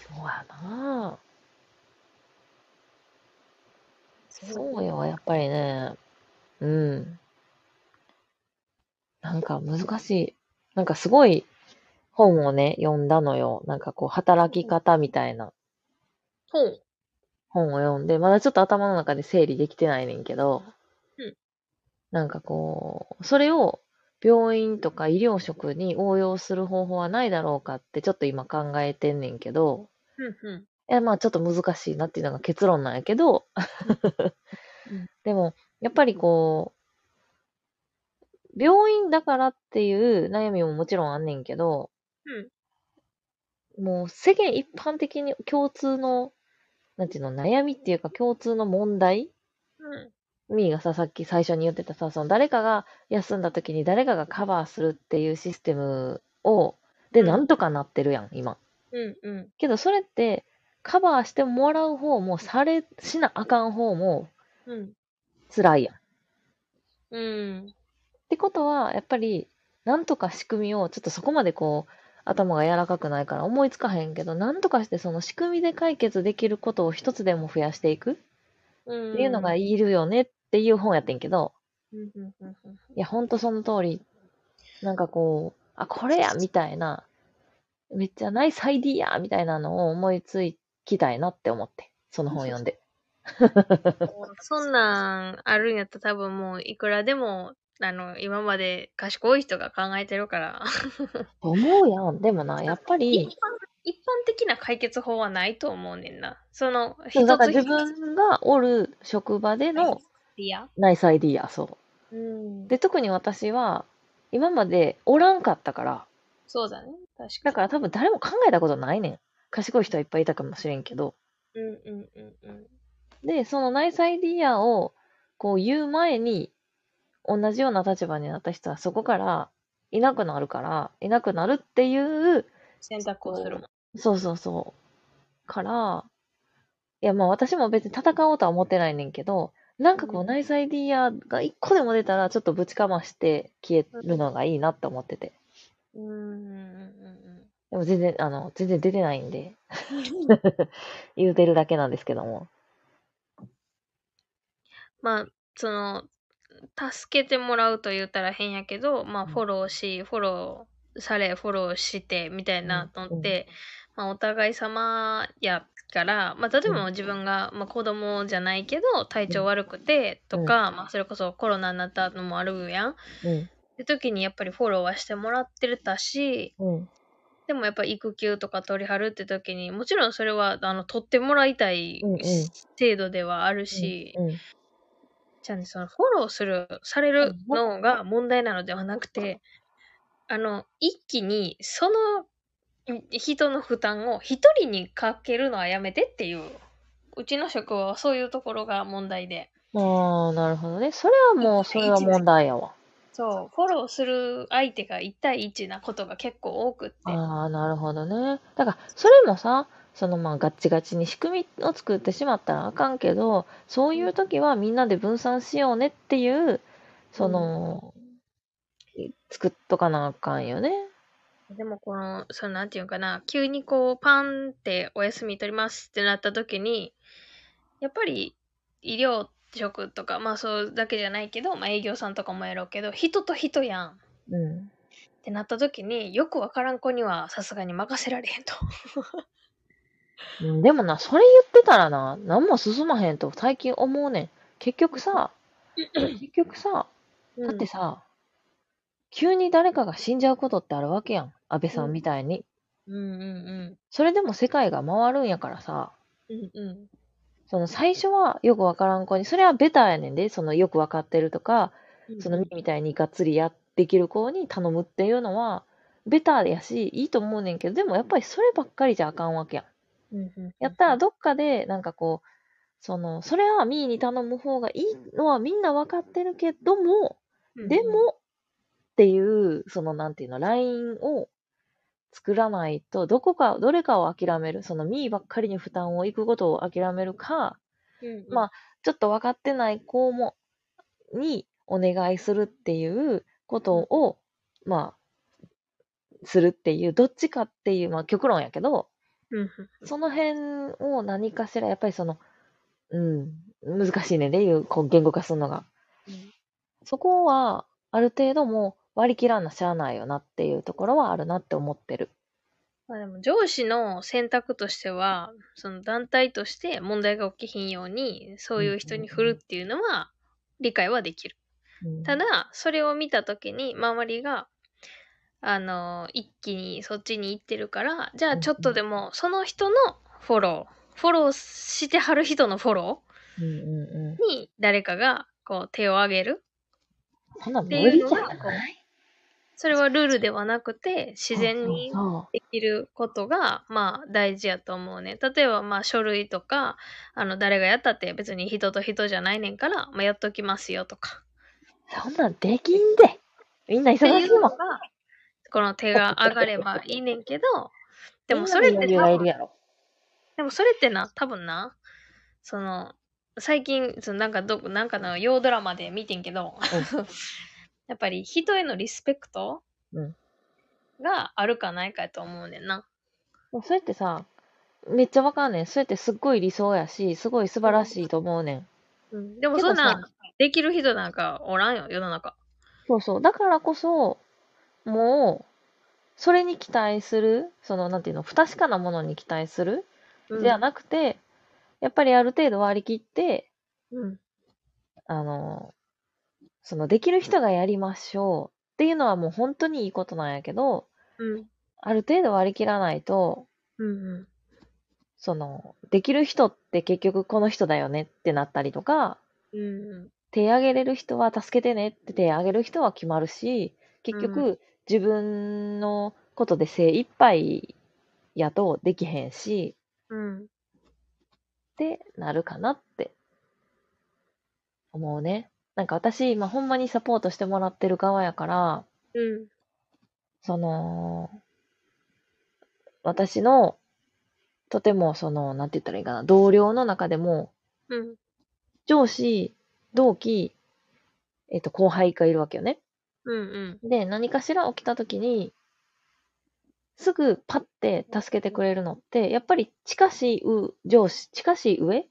Speaker 3: そうやなあそうよ、やっぱりね。うん。なんか難しい。なんかすごい本をね、読んだのよ。なんかこう、働き方みたいな
Speaker 2: ほう
Speaker 3: 本を読んで、まだちょっと頭の中で整理できてないねんけど、
Speaker 2: うん
Speaker 3: なんかこう、それを病院とか医療職に応用する方法はないだろうかってちょっと今考えてんねんけど、
Speaker 2: うんうん
Speaker 3: え、まあちょっと難しいなっていうのが結論なんやけど
Speaker 2: うん、
Speaker 3: でも、やっぱりこう、病院だからっていう悩みももちろんあんねんけど、もう世間一般的に共通の、なんていうの、悩みっていうか共通の問題
Speaker 2: うんうん
Speaker 3: ミーがさ、さっき最初に言ってたさ、その誰かが休んだ時に誰かがカバーするっていうシステムを、で、
Speaker 2: うん
Speaker 3: なんとかなってるやん、今。
Speaker 2: うんうん
Speaker 3: けどそれってカバーしてもらう方もされしなあかん方も
Speaker 2: うん。
Speaker 3: 辛いやん。っ
Speaker 2: うん。
Speaker 3: てことはやっぱりなんとか仕組みをちょっとそこまでこう頭が柔らかくないから思いつかへんけどなんとかしてその仕組みで解決できることを一つでも増やしていく
Speaker 2: うん。
Speaker 3: っていうのがいるよねっていう本やってんけど
Speaker 2: うんうんうんうん
Speaker 3: いやほんとその通りなんかこうあこれやみたいなめっちゃナイスアイディアみたいなのを思いつきたいなって思ってその本読んで。
Speaker 2: そんなんあるんやったら多分もういくらでもあの、今まで賢い人が考えてるから、
Speaker 3: 思うやん。でもな、やっぱ
Speaker 2: 一般
Speaker 3: り、、
Speaker 2: 一般的な解決法はないと思うねんな。その、
Speaker 3: そうだ
Speaker 2: 一
Speaker 3: か
Speaker 2: つ
Speaker 3: ら
Speaker 2: 一
Speaker 3: 自
Speaker 2: つ
Speaker 3: 分がおる職場での
Speaker 2: いや。
Speaker 3: ナイスアイディア、そう。
Speaker 2: うん。
Speaker 3: で特に私は今までおらんかったから
Speaker 2: そうだね。確か
Speaker 3: だ
Speaker 2: に。
Speaker 3: から多分誰も考えたことないねん賢い人はいっぱいいたかもしれんけど
Speaker 2: うんうんうんうん。
Speaker 3: でそのナイスアイディアをこう言う前に同じような立場になった人はそこからいなくなるからいなくなるっていう
Speaker 2: 選択をするもん。
Speaker 3: そうそうそうからいやまあ私も別に戦おうとは思ってないねんけどなんかこ
Speaker 2: う
Speaker 3: うんナイスアイディアが一個でも出たらちょっとぶちかまして消えるのがいいなって思ってて
Speaker 2: うんうん
Speaker 3: でも全然、あの、全然出てないんで、
Speaker 2: うん うん。
Speaker 3: 言うてるだけなんですけども。
Speaker 2: まあ、その、助けてもらうと言ったら変やけど、まあ、
Speaker 3: うん
Speaker 2: フォローし、フォローされ、フォローして、みたいなのって、まあ、お互い様やから、まあ、例え
Speaker 3: う
Speaker 2: ば自分が、まあ、子供じゃないけど、体調悪くて、とか、まあ、それこそコロナになったのもあるやん。っ
Speaker 3: うん、
Speaker 2: て時に、やっぱりフォローはしてもらってたし、
Speaker 3: うん、
Speaker 2: でもやっぱ育休とか取り張るって時に、もちろんそれは、あの、取ってもらいたい
Speaker 3: うんうん
Speaker 2: 制度ではあるし、
Speaker 3: うん。
Speaker 2: じゃあね、そのフォローする、されるのが問題なのではなくて、あの、一気にそのん人の負担を一人にかけるのはやめてっていう、うちの職場はそういうところが問題で、
Speaker 3: ああ、なるほどね。それはもう、それは問題やわ。
Speaker 2: そう、フォローする相手が一対一なことが結構多くって、
Speaker 3: ああ、なるほどね。だから、それもさ、そのまあ、ガッチガチに仕組みを作ってしまったらあかんけど、そういう時はみんなで分散しようねっていう、その、作っとかなあかんよね。
Speaker 2: でもこの、そのなんていうかな、急にこう、パンってお休み取りますってなった時に、やっぱり医療職とか、まあそうだけじゃないけど、まあ営業さんとかもやろうけど、人と人やんっ
Speaker 3: うん。
Speaker 2: てなった時に、よくわからん子にはさすがに任せられへんと。
Speaker 3: うんでもな、それ言ってたらな、何も進まへんと最近思うねん。結局さ、結局さ、だってさ、急に誰かが死んじゃうことってあるわけやん。安倍さんみたいに。
Speaker 2: うんうんうん
Speaker 3: それでも世界が回るんやからさ、
Speaker 2: うんうん
Speaker 3: その最初はよくわからん子に、それはベターやねんで、そのよくわかってるとか、
Speaker 2: うん。
Speaker 3: そのみみたいにがっつりやできる子に頼むっていうのは、ベターやし、いいと思うねんけど、でもやっぱりそればっかりじゃあかんわけやん。
Speaker 2: うんうんうん、
Speaker 3: やったらどっかで、なんかこう、その、それはミーに頼む方がいいのはみんなわかってるけども、
Speaker 2: うんうん
Speaker 3: でも、っていう、その、なんていうの、ラインを作らないと、どこか、どれかを諦める、その、ミーばっかりに負担をいくことを諦めるか、
Speaker 2: うんうん、
Speaker 3: まあちょっと分かってない子も、にお願いするっていうことを、まあ、するっていう、どっちかっていう、まあ、極論やけど、
Speaker 2: うんうん、
Speaker 3: その辺を何かしら、やっぱりその、うん、難しいねんで、いう、こう、言語化するのが。
Speaker 2: うん
Speaker 3: そこは、ある程度もう割り切らなしゃあないよなっていうところはあるなって思ってる。
Speaker 2: まあでも上司の選択としては、その団体として問題が起きひんように、そういう人に振るっていうのは理解はできる。ただ、それを見たときに周りが、あの、一気にそっちに行ってるから、じゃ
Speaker 3: う
Speaker 2: あ
Speaker 3: ん
Speaker 2: ちょっとでもその人のフォロー、フォローしてはる人のフォロ
Speaker 3: うんうんう
Speaker 2: ーに誰かがこう手を挙げる。
Speaker 3: ん。そんなん
Speaker 2: っ
Speaker 3: 無
Speaker 2: てい
Speaker 3: 理
Speaker 2: うの
Speaker 3: じ
Speaker 2: が
Speaker 3: ゃない
Speaker 2: それはルールではなくて、自然に
Speaker 3: そうそう
Speaker 2: できることが、まあ、大事やと思うね。例えば、まあ、書類とか、あの、誰がやったって別に人と人じゃないねんから、まあ、やっときますよとか。
Speaker 3: そうそんなんできんで。みんな忙
Speaker 2: って
Speaker 3: し
Speaker 2: い
Speaker 3: いうも
Speaker 2: の
Speaker 3: ん
Speaker 2: が。、この手が上がればいいねんけど、でもそれっ
Speaker 3: みんな
Speaker 2: て
Speaker 3: に余裕が
Speaker 2: 多
Speaker 3: いるや
Speaker 2: 分、
Speaker 3: ろ。
Speaker 2: でもそれってな、多分な、その、最近、そのなんかど、なんかの洋ドラマで見てんけど、 やっぱり人へのリスペクト
Speaker 3: うん
Speaker 2: があるかないかやと思うねんな。
Speaker 3: もうそれってさ、めっちゃわかんねん。それってすっごい理想やし、すごい素晴らしいと思うねん。
Speaker 2: でも
Speaker 3: け
Speaker 2: そ
Speaker 3: ど
Speaker 2: ん
Speaker 3: さ
Speaker 2: な、できる人なんかおらんよ、世の中。
Speaker 3: そうそう。だからこそ、もう、それに期待する、その、なんていうの、不確かなものに期待する、
Speaker 2: うん
Speaker 3: じゃなくて、やっぱりある程度割り切って、
Speaker 2: うん
Speaker 3: あの、そのできる人がやりましょうっていうのはもう本当にいいことなんやけど、
Speaker 2: うん。
Speaker 3: ある程度割り切らないと、
Speaker 2: うんうん。
Speaker 3: その、できる人って結局この人だよねってなったりとか、
Speaker 2: うんうん。
Speaker 3: 手挙げれる人は助けてねって手挙げる人は決まるし結局、
Speaker 2: う
Speaker 3: 自分のことで精一杯やとできへんし
Speaker 2: うん。
Speaker 3: ってなるかなって思うねなんか私今ほんまにサポートしてもらってる側やから
Speaker 2: うん。
Speaker 3: その私のとてもそのなんて言ったらいいかな同僚の中でも
Speaker 2: うん。
Speaker 3: 上司同期、えっと、後輩がいるわけよね
Speaker 2: うん。
Speaker 3: で、何かしら起きたときに、すぐパッて助けてくれるのって、やっぱり近しいう上司、近しい上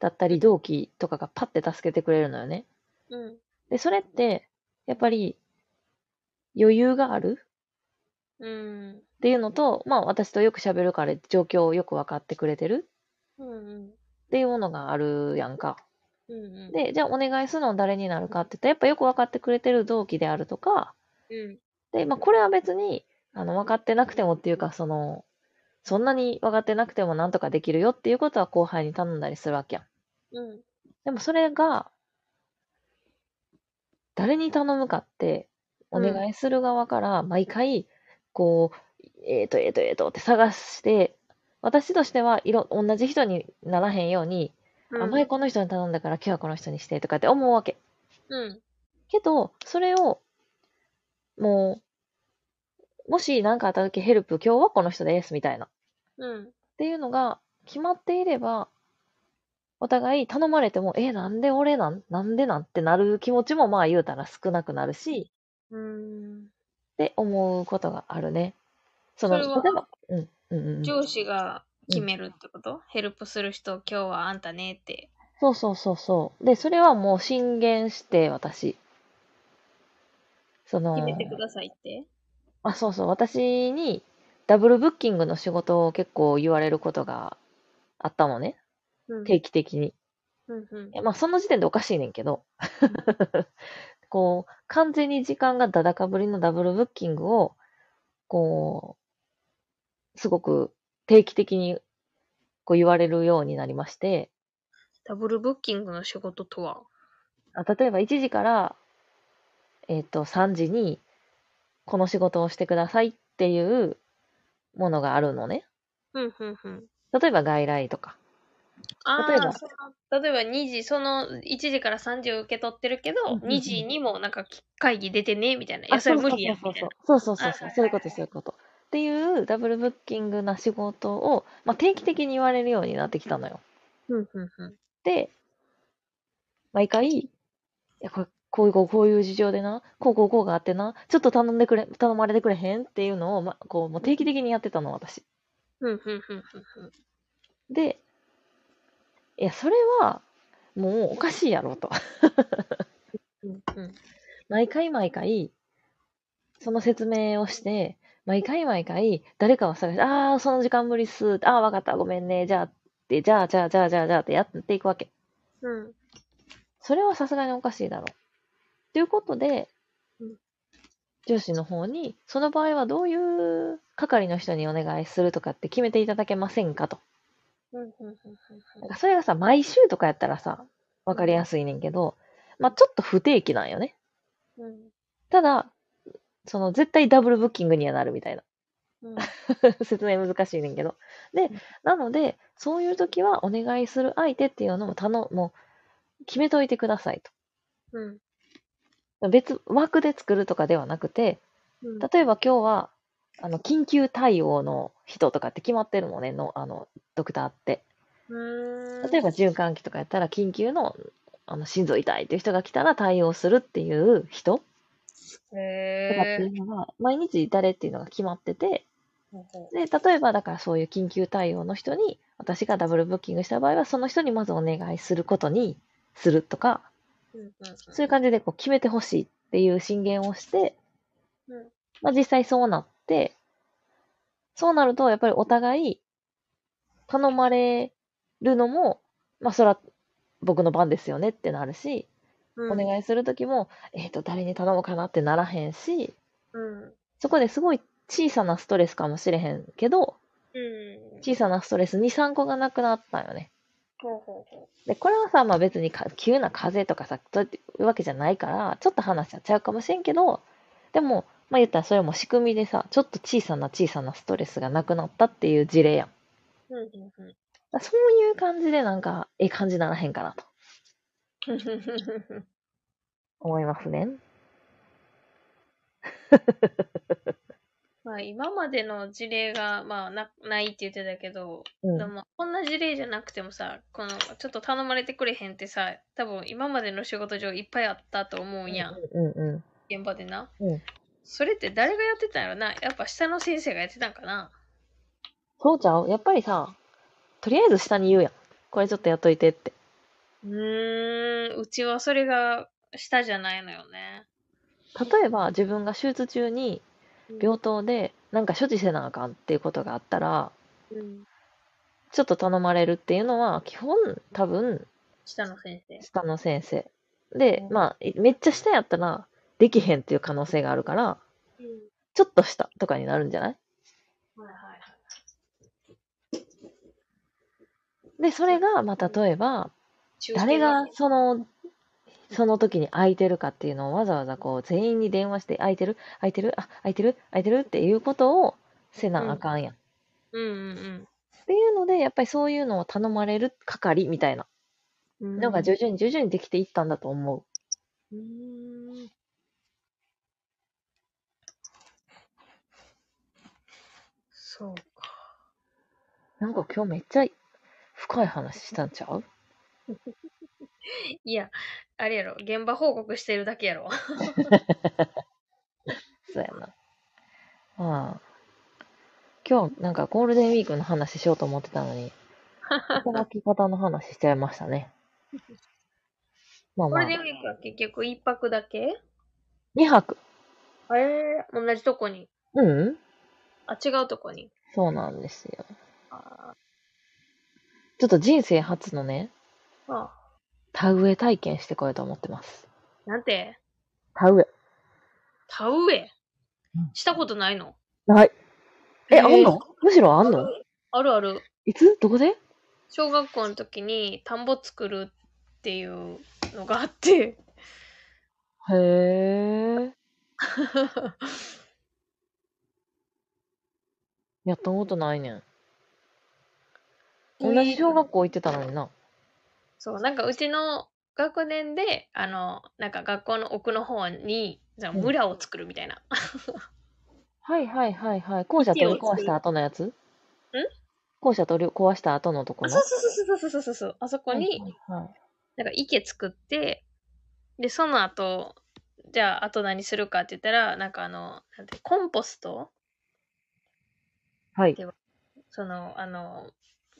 Speaker 3: だったり同期とかがパッて助けてくれるのよね。
Speaker 2: うん。
Speaker 3: で、それって、やっぱり余裕がある
Speaker 2: うん。
Speaker 3: っていうのと、まあ私とよく喋るから状況をよく分かってくれてる
Speaker 2: うん。
Speaker 3: っていうものがあるやんか。
Speaker 2: うん。
Speaker 3: で、じゃあお願いするのは誰になるかって言ったら、やっぱよく分かってくれてる同期であるとか、
Speaker 2: うん。
Speaker 3: で、まあ、これは別に、あの、分かってなくてもっていうか、その、そんなに分かってなくてもなんとかできるよっていうことは後輩に頼んだりするわけやん。
Speaker 2: うん。
Speaker 3: でもそれが、誰に頼むかって、お
Speaker 2: うん
Speaker 3: 願いする側から毎回、こう、えーと、えーと、えーとって探して、私としてはいろ、同じ人にならへんように、あ、前この人に頼んだから今日はこの人にしてとかって思うわけ。
Speaker 2: うん。
Speaker 3: けど、それを、もう、もし何かあった時ヘルプ、今日はこの人です、みたいな。っ
Speaker 2: うん。
Speaker 3: ていうのが決まっていれば、お互い頼まれても、え、なんで俺なんなんでなんってなる気持ちも、まあ言うたら少なくなるし、
Speaker 2: うん。
Speaker 3: って思うことがあるね。その、
Speaker 2: それは
Speaker 3: 例えば、うん、うん、うんうん。
Speaker 2: 上司が決めるってこと、ヘルプする人、今日はあんたねって。
Speaker 3: そうそうそうそう。で、それはもう進言して、私。その、
Speaker 2: 決めてくださいって。
Speaker 3: あ、そうそう、私にダブルブッキングの仕事を結構言われることがあったのね、
Speaker 2: うん。
Speaker 3: 定期的に。
Speaker 2: うん。うん
Speaker 3: えまあ、その時点でおかしいねんけど、 こう、完全に時間がだだかぶりのダブルブッキングを、こう、すごく定期的にこう言われるようになりまして、
Speaker 2: ダブルブッキングの仕事とは
Speaker 3: あ例えば1時から、えっと、3時に、この仕事をしてくださいっていうものがあるのね。
Speaker 2: うんうんうん。
Speaker 3: 例えば外来とか。
Speaker 2: あー
Speaker 3: 例えば
Speaker 2: その例えば2時、その1時から3時を受け取ってるけど、
Speaker 3: うんうんうん
Speaker 2: 2時にもなんか会議出てね、みたいな。い
Speaker 3: あ
Speaker 2: や、それ無理や、みたいな。
Speaker 3: そうそうそうそうそうそうそう
Speaker 2: あ
Speaker 3: そういうことそういうことっていうダブルブッキングな仕事を、まあ、定期的に言われるようになってきたのよ
Speaker 2: うんうんうん。
Speaker 3: で毎回いやこれこういうこうこういう事情でなこうこうこうがあってなちょっと頼んでくれ頼まれてくれへんっていうのを、ま、こうもう定期的にやってたの私
Speaker 2: うんうんうん
Speaker 3: でいやそれはもうおかしいやろと
Speaker 2: うんうん。うん
Speaker 3: 毎回毎回、その説明をして、毎回毎回、誰かを探して、ああ、その時間無理っす。ああ、わかった、ごめんね。じゃあ、って、じゃあ、じゃあ、じゃあ、じゃあ、じゃあってやっていくわけ。
Speaker 2: うん。
Speaker 3: それはさすがにおかしいだろう。ということで
Speaker 2: うん、
Speaker 3: 上司の方に、その場合はどういう係の人にお願いするとかって決めていただけませんかと。
Speaker 2: うんうんうん
Speaker 3: なんかそれがさ、毎週とかやったらさ、わかりやすいねんけど、まあちょっと不定期なんよね。
Speaker 2: うん
Speaker 3: ただ、その絶対ダブルブッキングにはなるみたいな。
Speaker 2: うん。
Speaker 3: 説明難しいねんけど。で、なので、そういう時はお願いする相手っていうのも頼む、もう決めといてください
Speaker 2: うん
Speaker 3: と。別枠で作るとかではなくて、
Speaker 2: うん。
Speaker 3: 例えば今日は、あの、緊急対応の人とかって決まってるのね、の、あの、ドクターって。
Speaker 2: うーん
Speaker 3: 例えば、循環器とかやったら、緊急の、あの、心臓痛いっていう人が来たら対応するっていう人とかって
Speaker 2: へ
Speaker 3: い
Speaker 2: ー
Speaker 3: うのが、毎日誰っていうのが決まってて、
Speaker 2: ほうほ
Speaker 3: で、例えば、だからそういう緊急対応の人に、私がダブルブッキングした場合は、その人にまずお願いすることにするとか、
Speaker 2: ううんうんうん
Speaker 3: そういう感じでこう決めてほしいっていう進言をして、
Speaker 2: うん
Speaker 3: まあ実際そうなって、そうなると、やっぱりお互い頼まれるのも、まあそら僕の番ですよねってなるし、
Speaker 2: うん
Speaker 3: お願いする時も、えっと、誰に頼もうかなってならへんし、
Speaker 2: うん。
Speaker 3: そこですごい小さなストレスかもしれへんけど、
Speaker 2: うん。
Speaker 3: 小さなストレス2、3個がなくなったんよね。
Speaker 2: ほうほうほ
Speaker 3: で、これはさ、まあ別にか急な風邪とかさ、そういうわけじゃないから、ちょっと話はちゃうかもしれんけど、でも、まあ言ったらそれも仕組みでさ、ちょっと小さな小さなストレスがなくなったっていう事例やん。
Speaker 2: う。うんうんうん。
Speaker 3: だそういう感じでなんか、ええ感じならへんかなと思いますね。
Speaker 2: まあ今までの事例が、まあ、なないって言ってたけど、
Speaker 3: うん
Speaker 2: で。もこんな事例じゃなくてもさこのちょっと頼まれてくれへんってさ多分今までの仕事上いっぱいあったと思うやん、
Speaker 3: うんうん
Speaker 2: 現場でな、
Speaker 3: うん
Speaker 2: それって誰がやってたんやろなやっぱ下の先生がやってたんかな
Speaker 3: そうちゃうやっぱりさ、とりあえず下に言うやん。これちょっとやっといてって。
Speaker 2: うーんうちはそれが下じゃないのよね
Speaker 3: 例えば自分が手術中に病棟でなんか処置せなあかんっていうことがあったら、
Speaker 2: うん
Speaker 3: ちょっと頼まれるっていうのは基本多分
Speaker 2: 下の先生
Speaker 3: 下の先生。で
Speaker 2: う、ん
Speaker 3: まあ、いめっちゃ下やったらできへんっていう可能性があるから、
Speaker 2: うん
Speaker 3: ちょっと下とかになるんじゃない
Speaker 2: はいはいはい
Speaker 3: で、それが、まあ、例えば、
Speaker 2: 中性
Speaker 3: 誰が
Speaker 2: だね
Speaker 3: その、その時に空いてるかっていうのをわざわざこう全員に電話して空いてる空いてるあ空いてる空いてるっていうことをせなあかんやん。っ
Speaker 2: うんうん
Speaker 3: ていうのでやっぱりそういうのを頼まれる係みたいな
Speaker 2: うん
Speaker 3: のが徐々に徐々にできていったんだと思う。
Speaker 2: うーんそうか
Speaker 3: なんか今日めっちゃ深い話したんちゃう
Speaker 2: いや、あれやろ、現場報告してるだけやろ。
Speaker 3: そうやな。まあ、今日なんかゴールデンウィークの話しようと思ってたの に、働き方の話しちゃいましたね。まあ
Speaker 2: ゴー
Speaker 3: まあ
Speaker 2: ル、デンウィークは結局一泊だけ
Speaker 3: 2泊。
Speaker 2: ええ同じとこに。
Speaker 3: うん
Speaker 2: あ、違うとこに。
Speaker 3: そうなんですよ。
Speaker 2: あ
Speaker 3: ちょっと人生初のね、
Speaker 2: ーあ、
Speaker 3: 田植え体験してこようと思ってます。
Speaker 2: なんて、
Speaker 3: 田植え。
Speaker 2: 田植え
Speaker 3: うん
Speaker 2: したことないの
Speaker 3: ない。え、
Speaker 2: えー
Speaker 3: あんのむしろあんの
Speaker 2: あるある。
Speaker 3: いつどこで
Speaker 2: 小学校の時に田んぼ作るっていうのがあって。
Speaker 3: へえ。 やったことないねん。同じ小学校行ってたのにな。
Speaker 2: そう、なんかうちの学年で、あの、なんか学校の奥の方に、じゃあ
Speaker 3: うん
Speaker 2: 村を作るみたいな。
Speaker 3: はいはいはいはい。校舎取り壊した後のやつん校舎取り壊した後のとこ
Speaker 2: あ、
Speaker 3: ろ
Speaker 2: そうそうそうそうそうそうそう。あそこに、
Speaker 3: はいはい
Speaker 2: なんか池作って、で、その後、じゃあ、あと何するかって言ったら、なんかあの、なんて、コンポスト
Speaker 3: はい。はい。
Speaker 2: その、あの、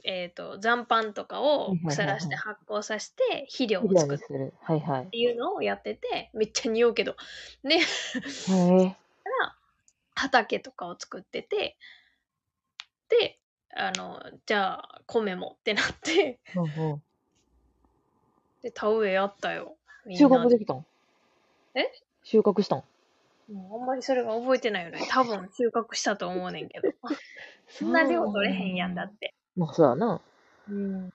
Speaker 2: えっ、と、残飯とかを
Speaker 3: はいはいはいはい
Speaker 2: 腐らして発酵させて、肥料
Speaker 3: 肥
Speaker 2: を
Speaker 3: 料
Speaker 2: 作
Speaker 3: に
Speaker 2: るっ
Speaker 3: する。はいはい。
Speaker 2: ていうのをやってて、めっちゃ匂うけど、で、
Speaker 3: へえ。
Speaker 2: 畑とかを作ってて、で、あの、じゃあ、米もってなって、
Speaker 3: うんうん
Speaker 2: で、田植えやったよ。みん
Speaker 3: 収
Speaker 2: な
Speaker 3: 穫できたん
Speaker 2: え
Speaker 3: 収穫したん
Speaker 2: もうあんまりそれが覚えてないよね。多分収穫したと思うね んけど。そんな量取れへんやんだって。
Speaker 3: まあそうやな。
Speaker 2: うん。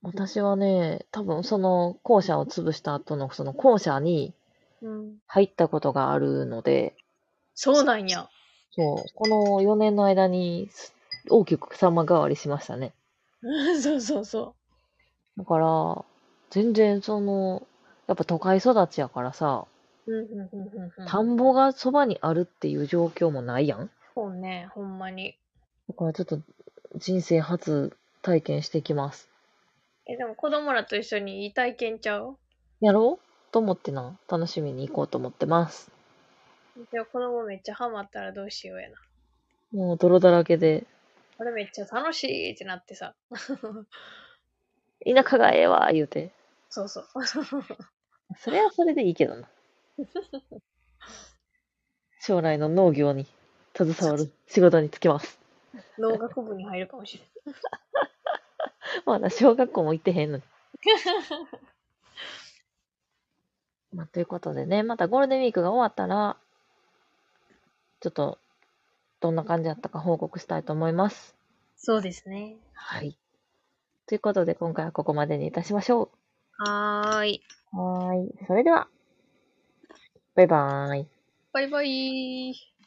Speaker 3: 私はね、多分その校舎を潰した後のその校舎に
Speaker 2: うん、
Speaker 3: 入ったことがあるので、
Speaker 2: そうなんや。
Speaker 3: そう、この4年の間にす大きく様変わりしましたね。
Speaker 2: うん そうそうそ
Speaker 3: だから、全然その、やっぱ都会育ちやからさ、
Speaker 2: う。うんうんうんうんうん。
Speaker 3: 田んぼがそばにあるっていう状況もないやん。
Speaker 2: そうね、ほんまに。
Speaker 3: だからちょっと人生初体験してきます。
Speaker 2: え、でも子供らと一緒にいい体験ちゃう
Speaker 3: やろうと思ってな、楽しみに行こうと思ってます。
Speaker 2: じゃあ子供めっちゃハマったらどうしようやな。
Speaker 3: もう泥だらけで、
Speaker 2: これめっちゃ楽しいってなってさ。
Speaker 3: 田舎がええわ、言うて。
Speaker 2: そう そう。
Speaker 3: それはそれでいいけど な。将来の農業に携わる仕事に就きます。
Speaker 2: 農学部に入るかもしれない。
Speaker 3: まだ小学校も行ってへんのに。まあ、ということでね、またゴールデンウィークが終わったら、ちょっと、どんな感じだったか報告したいと思います。
Speaker 2: そうですね。
Speaker 3: はい。ということで、今回はここまでにいたしましょ
Speaker 2: はーい。
Speaker 3: う。はーい。それでは、バイバーイ。
Speaker 2: バイバイ。